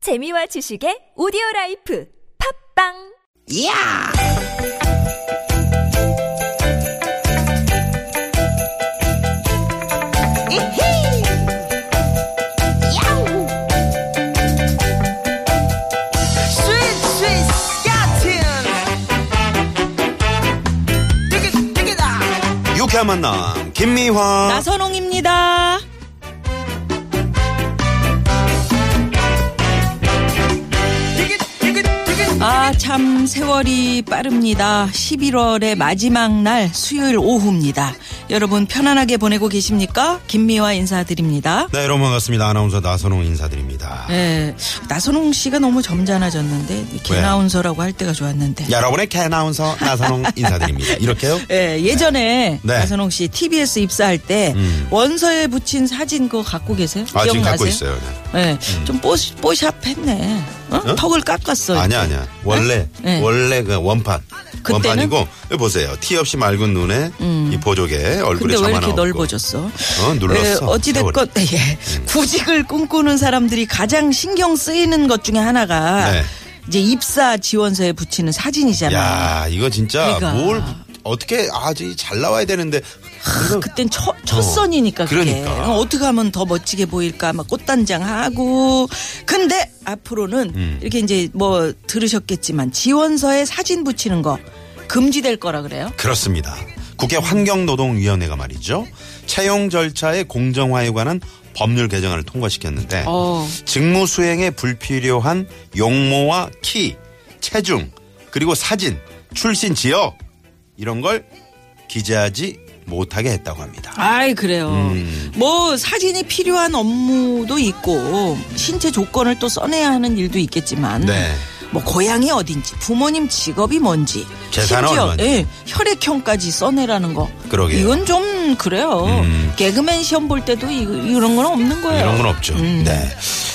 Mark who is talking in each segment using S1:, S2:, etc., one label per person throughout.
S1: 재미와 지식의 오디오 라이프 팝빵!
S2: 이야! 이히! 야우! 스윗, 스윗, 야틴! 되게, 되게다!
S3: 유쾌한 만남 김미화
S4: 나선홍입니다.
S2: 되게, 되게, 되게!
S4: 아, 참, 세월이 빠릅니다. 11월의 마지막 날, 수요일 오후입니다. 여러분, 편안하게 보내고 계십니까? 김미화 인사드립니다.
S3: 네 여러분 반갑습니다 아나운서 나선홍 인사드립니다
S4: 예, 나선홍 씨가 너무 점잖아졌는데, 개나운서라고 할 때가 좋았는데.
S3: 여러분의 캐나운서 나선홍 인사드립니다 이렇게요?
S4: 예, 예전에
S3: 네.
S4: 나선홍 씨 TBS 입사할 때
S3: 음.
S4: 원서에 붙인 사진 그거 갖고 계세요?
S3: 아 지금 갖고
S4: 기억나세요?
S3: 있어요 네.
S4: 예, 좀 뽀시, 뽀샵 했네. 어?
S3: 어?
S4: 턱을 깎았어요.
S3: 아니야 아니야 원래
S4: 네.
S3: 원래 그 원판
S4: 그때는? 음.
S3: 원판이고 여기 보세요 티 없이 맑은 눈에 이 보조개 얼굴에
S4: 근데 왜
S3: 점만
S4: 이렇게
S3: 나오고
S4: 넓어졌어?
S3: 어, 음. 눌렀어,
S4: 에, 어찌됐건 예. 구직을 꿈꾸는 사람들이 가장 신경 쓰이는 것 중에 하나가
S3: 네.
S4: 이제 입사 지원서에 붙이는 사진이잖아.
S3: 야 이거 진짜
S4: 그러니까.
S3: 뭘 어떻게 아주 잘 나와야 되는데
S4: 아, 그땐 첫, 첫 선이니까 그게.
S3: 어. 그러니까.
S4: 어, 어떻게 하면 더 멋지게 보일까 막 꽃단장하고 근데 앞으로는
S3: 음.
S4: 이렇게 이제 뭐 들으셨겠지만 지원서에 사진 붙이는 거 금지될 거라 그래요.
S3: 그렇습니다. 국회 환경노동위원회가 말이죠. 채용 절차의 공정화에 관한 법률 개정안을 통과시켰는데
S4: 어.
S3: 직무 수행에 불필요한 용모와 키, 체중, 그리고 사진, 출신 지역 이런 걸 기재하지 못하게 했다고 합니다.
S4: 아이 그래요.
S3: 음.
S4: 뭐 사진이 필요한 업무도 있고 신체 조건을 또 써내야 하는 일도 있겠지만
S3: 네.
S4: 뭐 고향이 어딘지 부모님 직업이 뭔지
S3: 재산은
S4: 심지어
S3: 얼마인지.
S4: 예, 혈액형까지 써내라는 거
S3: 그러게요. 음.
S4: 이건 좀 그래요. 개그맨 시험 볼 때도 이, 이런 건 없는 거예요.
S3: 이런 건 없죠.
S4: 음.
S3: 네.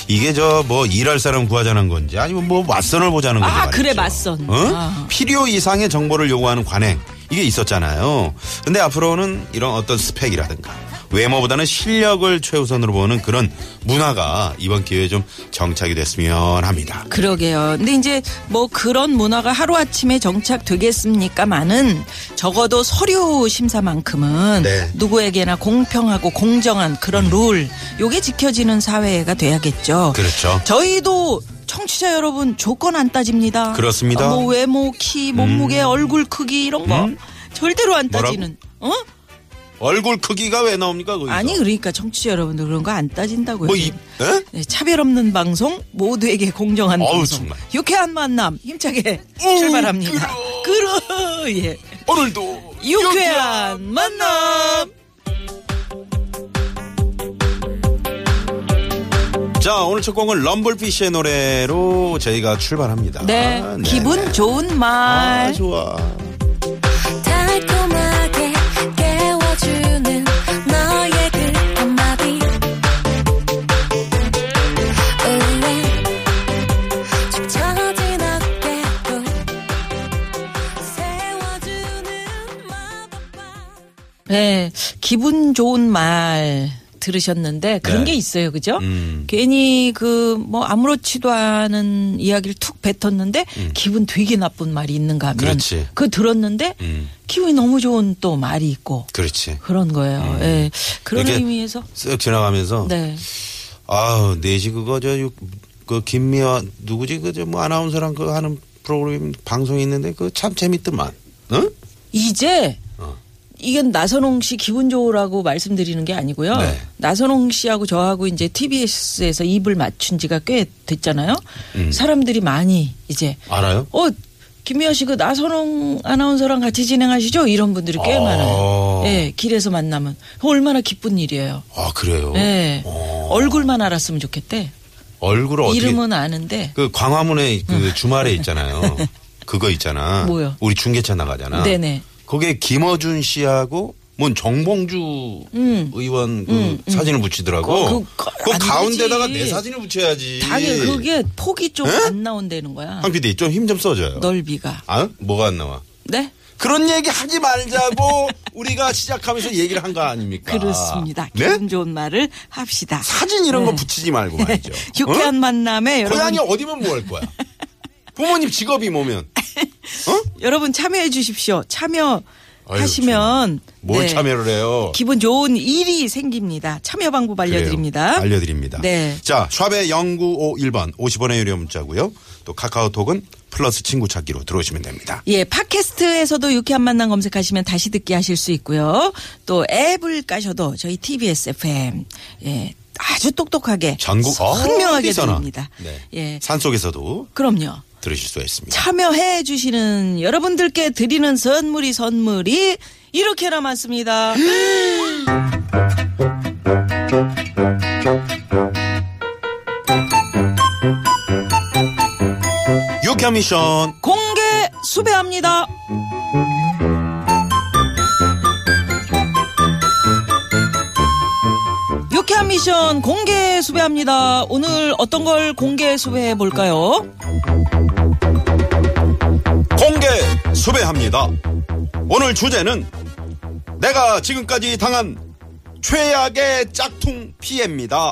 S3: 이게 저 뭐 일할 사람 구하자는 건지 아니면 뭐 맞선을 보자는 건지
S4: 아,
S3: 말이죠.
S4: 그래, 맞선.
S3: 어?
S4: 아.
S3: 필요 이상의 정보를 요구하는 관행 이게 있었잖아요. 근데 앞으로는 이런 어떤 스펙이라든가 외모보다는 실력을 최우선으로 보는 그런 문화가 이번 기회에 좀 정착이 됐으면 합니다.
S4: 그러게요. 근데 이제 뭐 그런 문화가 하루아침에 정착되겠습니까만은 적어도 서류 심사만큼은
S3: 네. 음.
S4: 누구에게나 공평하고 공정한 그런 룰, 요게 지켜지는 사회가 돼야겠죠.
S3: 그렇죠.
S4: 저희도 청취자 여러분 조건 안 따집니다.
S3: 그렇습니다. 음.
S4: 뭐 외모, 키, 몸무게, 얼굴 크기 이런 거 절대로 안
S3: 뭐라고?
S4: 따지는. 어?
S3: 얼굴 크기가 왜 나옵니까? 거기서?
S4: 아니 그러니까 청취자 여러분들 그런 거 안 따진다고요.
S3: 뭐 이, 에?
S4: 네, 차별 없는 방송 모두에게 공정한
S3: 어우,
S4: 방송
S3: 정말.
S4: 유쾌한 만남 힘차게 출발합니다. 그러 예
S3: 오늘도
S4: 유쾌한 만남
S3: 자 오늘 첫 곡은 럼블피쉬의 노래로 저희가 출발합니다.
S4: 네
S3: 아,
S4: 기분
S3: 네.
S4: 좋은
S3: 아
S4: 말
S3: 좋아.
S5: 달콤하게 깨워주는 너의 그 한마디 의외 축 처진 어깨도 세워주는 마법바
S4: 네, 기분 좋은 말 들으셨는데 그런
S3: 네.
S4: 게 있어요, 그죠?
S3: 음.
S4: 괜히 그 뭐 아무렇지도 않은 이야기를 툭 뱉었는데 기분 되게 나쁜 말이 있는가 하면
S3: 음. 그렇지.
S4: 그 들었는데
S3: 음.
S4: 기분이 너무 좋은 또 말이 있고
S3: 그렇지.
S4: 그런 거예요. 예. 그런
S3: 음. 이렇게
S4: 의미에서
S3: 쓱 지나가면서
S4: 네.
S3: 아우 네시 그거 저 그 김미화 누구지 그 저 뭐 아나운서랑 그 하는 프로그램 방송이 있는데 그 참 재밌더만. 응?
S4: 이제
S3: 어.
S4: 이건 나선홍 씨 기분 좋으라고 말씀드리는 게 아니고요.
S3: 네.
S4: 나선홍 씨하고 저하고 이제 TBS에서 입을 맞춘 지가 꽤 됐잖아요.
S3: 음.
S4: 사람들이 많이 이제
S3: 알아요?
S4: 어 김미아 씨 그 나선홍 아나운서랑 같이 진행하시죠? 이런 분들이 꽤
S3: 아.
S4: 많아요. 예, 길에서 만나면 그거 얼마나 기쁜 일이에요.
S3: 아 그래요.
S4: 예.
S3: 어.
S4: 얼굴만 알았으면 좋겠대.
S3: 얼굴을 어떻게
S4: 이름은 아는데
S3: 그 광화문에 그 주말에 있잖아요. 그거 있잖아.
S4: 뭐요?
S3: 우리 중계차 나가잖아.
S4: 네네.
S3: 거기에 김어준 씨하고 뭔 정봉주 의원 그 사진을 붙이더라고.
S4: 어, 음. 그- 그-
S3: 그
S4: 안
S3: 가운데다가
S4: 되지.
S3: 내 사진을 붙여야지.
S4: 당연히 그게 폭이 좀 안 나온다는 거야.
S3: 아, 한 PD 좀힘 좀 써줘요.
S4: 넓이가.
S3: 아? 뭐가 안 나와?
S4: 네?
S3: 그런 얘기 하지 말자고 우리가 시작하면서 얘기를 한 거 아닙니까?
S4: 그렇습니다.
S3: 네?
S4: 기분 좋은 말을 합시다.
S3: 사진 이런 거
S4: 네.
S3: 붙이지 말고 말이죠.
S4: 유쾌한
S3: 어?
S4: 만남에 여러분,
S3: 고양이 어디면 뭐 할 거야? 부모님 직업이 뭐면?
S4: 여러분 참여해 주십시오. 참여하시면
S3: 뭘
S4: 네,
S3: 참여를 해요?
S4: 기분 좋은 일이 생깁니다. 참여 방법 알려드립니다.
S3: 그래요. 알려드립니다.
S4: 네.
S3: 자, 샵의 0951번 50원의 유료 문자고요. 또 카카오톡은 플러스 친구 찾기로 들어오시면 됩니다.
S4: 예, 팟캐스트에서도 유쾌한 만남 검색하시면 다시 듣기 하실 수 있고요. 또 앱을 까셔도 저희 TBS FM 예, 아주 똑똑하게
S3: 전국
S4: 선명하게
S3: 어디서나.
S4: 들립니다.
S3: 네.
S4: 예,
S3: 산속에서도
S4: 그럼요.
S3: 들으실 수가 있습니다.
S4: 참여해 주시는 여러분들께 드리는 선물이 선물이 이렇게나 많습니다.
S3: 유쾌한 미션
S4: 공개 수배합니다. 유쾌한 미션 공개 수배합니다. 오늘 어떤 걸 공개 수배해 볼까요?
S3: 공개 수배합니다. 오늘 주제는 내가 지금까지 당한 최악의 짝퉁 피해입니다.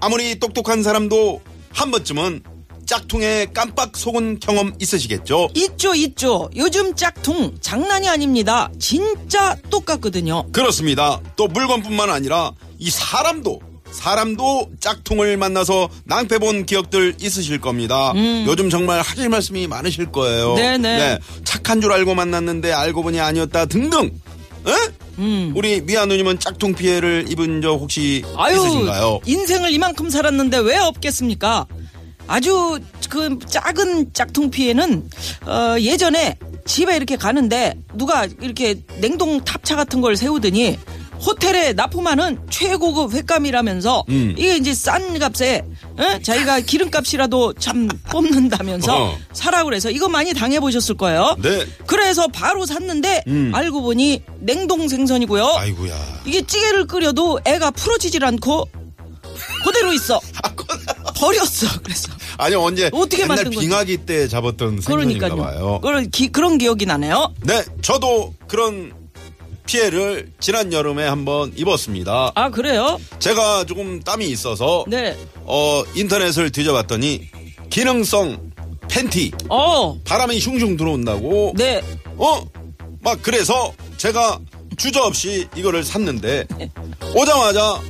S3: 아무리 똑똑한 사람도 한 번쯤은 짝퉁에 깜빡 속은 경험 있으시겠죠?
S4: 있죠, 있죠. 요즘 짝퉁 장난이 아닙니다. 진짜 똑같거든요.
S3: 그렇습니다. 또 물건뿐만 아니라 이 사람도 사람도 짝퉁을 만나서 낭패 본 기억들 있으실 겁니다. 요즘 정말 하실 말씀이 많으실 거예요.
S4: 음. 네네.
S3: 착한 줄 알고 만났는데 알고 보니 아니었다 등등. 에?
S4: 음.
S3: 우리 미아 누님은 짝퉁 피해를 입은 적 혹시 있으신가요?
S4: 인생을 이만큼 살았는데 왜 없겠습니까? 아주 그 작은 짝퉁 피해는 어, 예전에 집에 이렇게 가는데 누가 이렇게 냉동 탑차 같은 걸 세우더니 호텔에 납품하는 최고급 횟감이라면서
S3: 음.
S4: 이게 이제 싼 값에 어? 자기가 기름값이라도 참 뽑는다면서
S3: 어.
S4: 사라고 그래서 이거 많이 당해 보셨을 거예요.
S3: 네.
S4: 그래서 바로 샀는데
S3: 음.
S4: 알고 보니 냉동 생선이고요.
S3: 아이고야.
S4: 이게 찌개를 끓여도 애가 풀어지질 않고 그대로 있어. 버렸어. 그래서
S3: 아니 언제
S4: 어떻게
S3: 옛날
S4: 만든 거지?
S3: 빙하기 때 잡았던 생선인가
S4: 그러니까요.
S3: 봐요.
S4: 그런 기, 그런 기억이 나네요.
S3: 네, 저도 그런 피해를 지난 여름에 한번 입었습니다.
S4: 아 그래요?
S3: 제가 조금 땀이 있어서
S4: 네.
S3: 어, 인터넷을 뒤져봤더니 기능성 팬티
S4: 어.
S3: 바람이 슝슝 들어온다고
S4: 네.
S3: 어? 막 그래서 제가 주저없이 이거를 샀는데 오자마자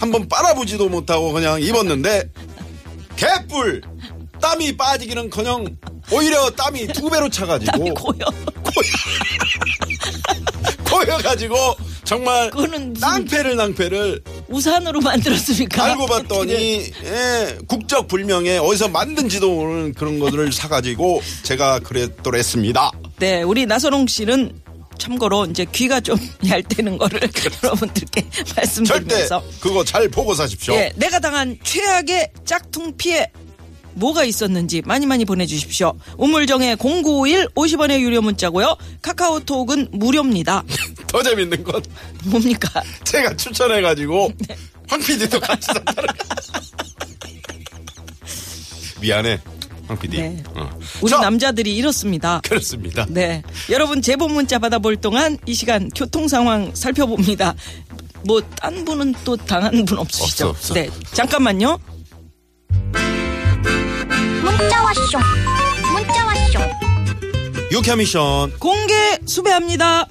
S3: 한번 빨아보지도 못하고 그냥 입었는데 개뿔 땀이 빠지기는커녕 오히려 땀이 두 배로
S4: 땀이
S3: 차가지고
S4: 고여.
S3: 고여가지고 정말
S4: 그거는 무슨-
S3: 낭패를 낭패를
S4: 우산으로 만들었으니까. 네.
S3: 알고 봤더니 예, 국적 불명에 어디서 만든지도 모르는 그런 것들을 사가지고 제가 그랬더랬습니다.
S4: 네, 우리 나선홍 씨는 참고로 이제 귀가 좀 얇다는 거를 여러분들께
S3: 그렇죠. 절대
S4: 말씀드리면서
S3: 그거 잘 보고 사십시오.
S4: 예, 내가 당한 최악의 짝퉁 피해 뭐가 있었는지 많이 많이 보내주십시오. 우물정의 0951 50원의 유료 문자고요. 카카오톡은 무료입니다.
S3: 더 재밌는 건
S4: 뭡니까?
S3: 제가 추천해가지고
S4: 네.
S3: 황 PD도 같이 샀다는 거. 미안해 황 PD.
S4: 네.
S3: 어.
S4: 우리
S3: 자,
S4: 남자들이 이렇습니다.
S3: 그렇습니다.
S4: 네, 여러분 제보 문자 받아볼 동안 이 시간 교통 상황 살펴봅니다. 뭐 딴 분은 또 당한 분 없으시죠?
S3: 없어, 없어.
S4: 네, 잠깐만요.
S5: 문자 왔쇼 문자 왔쇼
S3: 유쾌 미션
S4: 공개 수배합니다.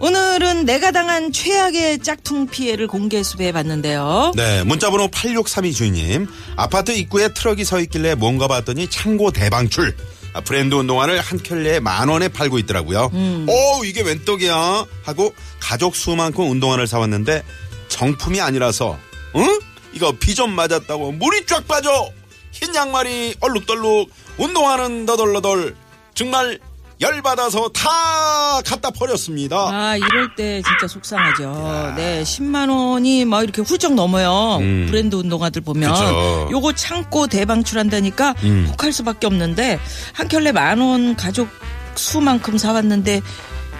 S4: 오늘은 내가 당한 최악의 짝퉁 피해를 공개 수배해 봤는데요.
S3: 네, 문자번호 8632 주인님. 아파트 입구에 트럭이 서 있길래 뭔가 봤더니 창고 대방출. 아, 브랜드 운동화를 한 켤레에 만 원에 팔고 있더라고요. 오, 이게 웬 떡이야? 하고 가족 수만큼 운동화를 사왔는데 정품이 아니라서, 응? 이거 비 좀 맞았다고 물이 쫙 빠져! 흰 양말이 얼룩덜룩, 운동화는 너덜너덜. 정말 열받아서 다 갖다 버렸습니다.
S4: 아, 이럴 때 진짜 속상하죠. 네, 10만 원이 막 이렇게 훌쩍 넘어요. 브랜드 운동화들 보면.
S3: 음. 그쵸. 음.
S4: 요거 창고 대방출한다니까 혹할 수밖에 없는데 한 켤레 만 원 가족 수만큼 사왔는데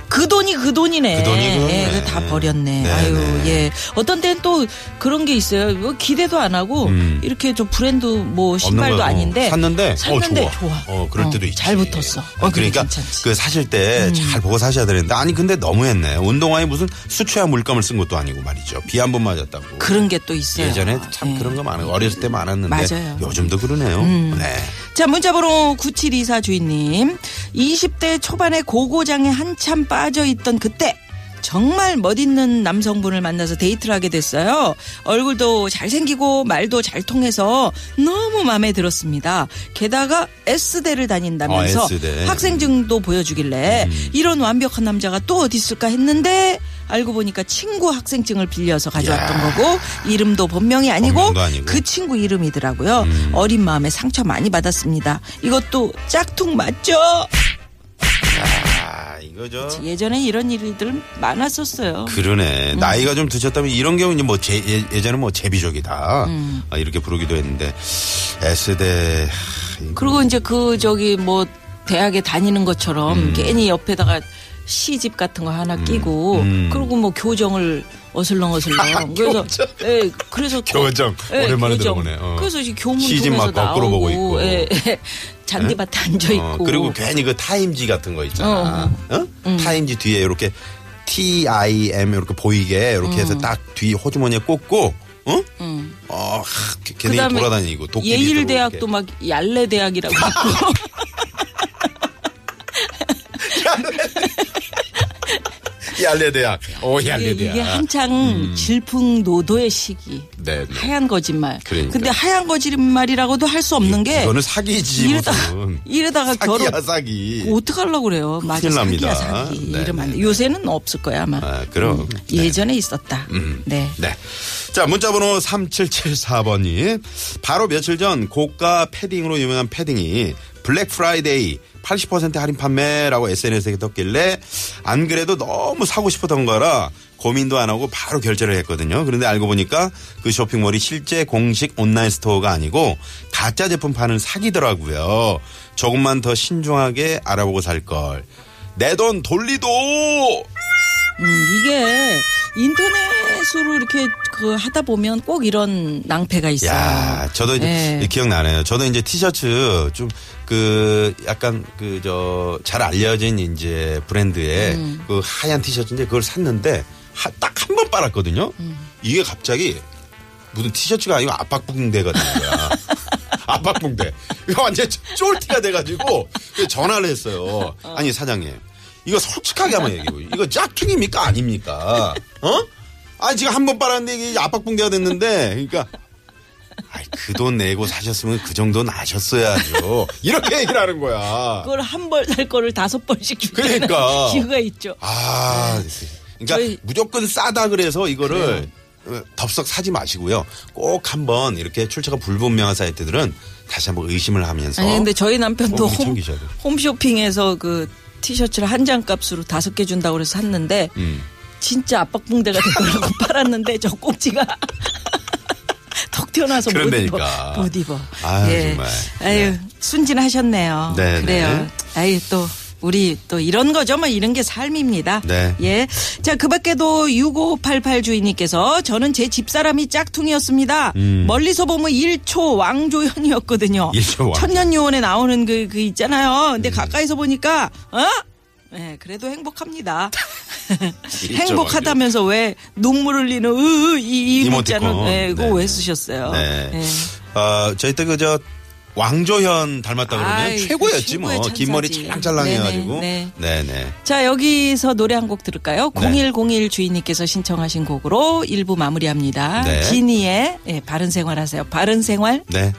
S4: 그 돈이 그 돈이네.
S3: 그 돈이 그 돈이네.
S4: 예, 그거 다 버렸네.
S3: 네,
S4: 아유,
S3: 네.
S4: 예. 어떤 때는 또 그런 게 있어요. 이거 기대도 안 하고
S3: 음.
S4: 이렇게 좀 브랜드 뭐 신발도
S3: 거, 어,
S4: 아닌데
S3: 샀는데,
S4: 샀는데
S3: 어, 좋아. 어, 그럴 때도 있지.
S4: 잘 붙었어.
S3: 어,
S4: 어, 그래,
S3: 그러니까
S4: 괜찮지. 음.
S3: 그 사실 때 잘 보고 사셔야 되는데 아니 근데 너무했네. 운동화에 무슨 수채화 물감을 쓴 것도 아니고 말이죠. 비 한 번 맞았다고.
S4: 그런 게 또 있어요.
S3: 예전에 참
S4: 예.
S3: 그런 거 많아요. 어렸을 때 많았는데
S4: 그렇죠. 맞아요. 음.
S3: 요즘도 그러네요. 네.
S4: 자, 문자번호 9724 주인님. 20대 초반에 고고장에 한참 빠져있던 그때. 정말 멋있는 남성분을 만나서 데이트를 하게 됐어요. 얼굴도 잘생기고 말도 잘 통해서 너무 마음에 들었습니다. 게다가 S대를 다닌다면서
S3: 아, S대. 음.
S4: 학생증도 보여주길래 이런 완벽한 남자가 또 어디 있을까 했는데 알고 보니까 친구 학생증을 빌려서 가져왔던
S3: 야.
S4: 거고 이름도 본명이 아니고,
S3: 본명도 아니고.
S4: 그 친구 이름이더라고요. 어린 마음에 상처 많이 받았습니다. 이것도 짝퉁 맞죠?
S3: 아, 이거죠.
S4: 예전에 이런 일들 많았었어요. 음.
S3: 그러네. 나이가 좀 드셨다면 이런 경우 이제 뭐 제, 예- 예전에 뭐 제비족이다.
S4: 음.
S3: 아, 이렇게 부르기도 했는데 S대 하, 이거
S4: 그리고 이제 그 저기 뭐 대학에 다니는 것처럼 괜히 옆에다가 시집 같은 거 하나 끼고
S3: 음. 음. 아,
S4: 그리고 뭐 교정을 어슬렁어슬렁 그래서 예 그래서 또-
S3: 교정. 오랜만에 들어보네. 어.
S4: 그래서 이제 교문
S3: 시집
S4: 통해서
S3: 막 거꾸로
S4: 나오고
S3: 보고 있고.
S4: 예, 예. 잔디밭에 앉아 있고 음.
S3: 어, 그리고 괜히 그 타임지 같은 거 있잖아. 어? 타임지 뒤에 이렇게 T I M 이렇게 보이게 이렇게
S4: 음.
S3: 해서 딱 뒤 호주머니에 꽂고 어? 어, 하, 걔- 걔네
S4: 그다음에
S3: 돌아다니고 도끼리
S4: 예일
S3: 들고
S4: 대학도 막 얄레 대학이라고 있고
S3: 이렇게. 얄레 대학. 오 얄레
S4: 예, 이게,
S3: 대학.
S4: 이게 한창 질풍노도의 시기
S3: 음. 네, 네.
S4: 하얀 거짓말.
S3: 그러니까.
S4: 근데 하얀 거짓말이라고도 할 수 없는 게
S3: 예, 이거는 사기지
S4: 이러다
S3: 무슨.
S4: 이러다가 결혼
S3: 사기야 사기.
S4: 어떡 하려고 그래요? 맞아
S3: 큰일 납니다.
S4: 사기야 사기.
S3: 네,
S4: 이러면 안 돼.
S3: 네, 네.
S4: 요새는 없을 거야 아마.
S3: 아, 그럼. 네.
S4: 음. 예전에 있었다. 네.
S3: 네. 자, 문자번호 3774번님. 바로 며칠 전 고가 패딩으로 유명한 패딩이 블랙 프라이데이 80% 할인 판매라고 SNS에 떴길래 안 그래도 너무 사고 싶었던 거라 고민도 안 하고 바로 결제를 했거든요. 그런데 알고 보니까 그 쇼핑몰이 실제 공식 온라인 스토어가 아니고 가짜 제품 파는 사기더라고요. 조금만 더 신중하게 알아보고 살 걸. 내 돈 돌리도!
S4: 음, 이게 인터넷으로 이렇게 그 하다 보면 꼭 이런 낭패가 있어요.
S3: 야, 저도 이제
S4: 네.
S3: 기억나네요. 저도 이제 티셔츠 좀 그 약간 그 저 잘 알려진 이제 브랜드의
S4: 음.
S3: 그 하얀 티셔츠인데 그걸 샀는데 딱 한 번 빨았거든요.
S4: 음.
S3: 이게 갑자기 무슨 티셔츠가 아니고 압박붕대가 된 거야. 압박붕대. 이거 완전 쫄티가 돼가지고 그 전화를 했어요. 아니 사장님 이거 솔직하게 한번 얘기해요. 이거 짝퉁입니까 아닙니까? 어? 아니 지금 한 번 빨았는데 이게 압박붕대가 됐는데 그러니까 그 돈 내고 사셨으면 그 정도는 아셨어야죠. 이렇게 얘기를 하는 거야.
S4: 그걸 한 벌 살 거를 다섯 벌씩 주는
S3: 그러니까.
S4: 이유가 있죠.
S3: 아, 그러니까
S4: 네. 저희-
S3: 무조건 싸다 그래서 이거를 어, 덥석 사지 마시고요. 꼭 한번 이렇게 출처가 불분명한 사이트들은 다시 한번 의심을 하면서.
S4: 아니 근데 저희 남편도
S3: 어, 이거
S4: 홈,
S3: 챙기셔야 돼요.
S4: 홈쇼핑에서 그 티셔츠를 한 장 값으로 다섯 개 준다고 그래서 샀는데
S3: 음.
S4: 진짜 압박붕대가 됐더라고 팔았는데 저 꼭지가 턱 튀어나와서 못 입어.
S3: 그런다니까.
S4: 못 입어. 예.
S3: 아유, 정말.
S4: 아유 순진하셨네요.
S3: 네,
S4: 그래요. 아유 또. 우리 또 이런 거죠. 뭐 이런 게 삶입니다.
S3: 네.
S4: 예. 자, 그 밖에도 6588 주인님께서 저는 제 집사람이 짝퉁이었습니다. 멀리서 보면 1초 왕조연이었거든요.
S3: 음. 일조 왕조.
S4: 천년 요원에 나오는 그, 그 있잖아요.
S3: 음.
S4: 근데 가까이서 보니까, 어? 네, 그래도 행복합니다. 행복하다면서 왜 눈물 흘리는 으으 이
S3: 이모티콘.
S4: 이모티콘 네, 이거
S3: 네, 네.
S4: 왜 쓰셨어요?
S3: 네.
S4: 네.
S3: 어, 저희 때 그저 왕조현 닮았다 그러면
S4: 아이, 그
S3: 최고였지 뭐.
S4: 최고의
S3: 긴 머리
S4: 천사지.
S3: 찰랑찰랑 해가지고.
S4: 네네,
S3: 네네.
S4: 자 여기서 노래 한 곡 들을까요?
S3: 네.
S4: 0101 주인님께서 신청하신 곡으로 일부 마무리합니다.
S3: 네.
S4: 지니의 예, 바른 생활하세요. 바른 생활.
S3: 네.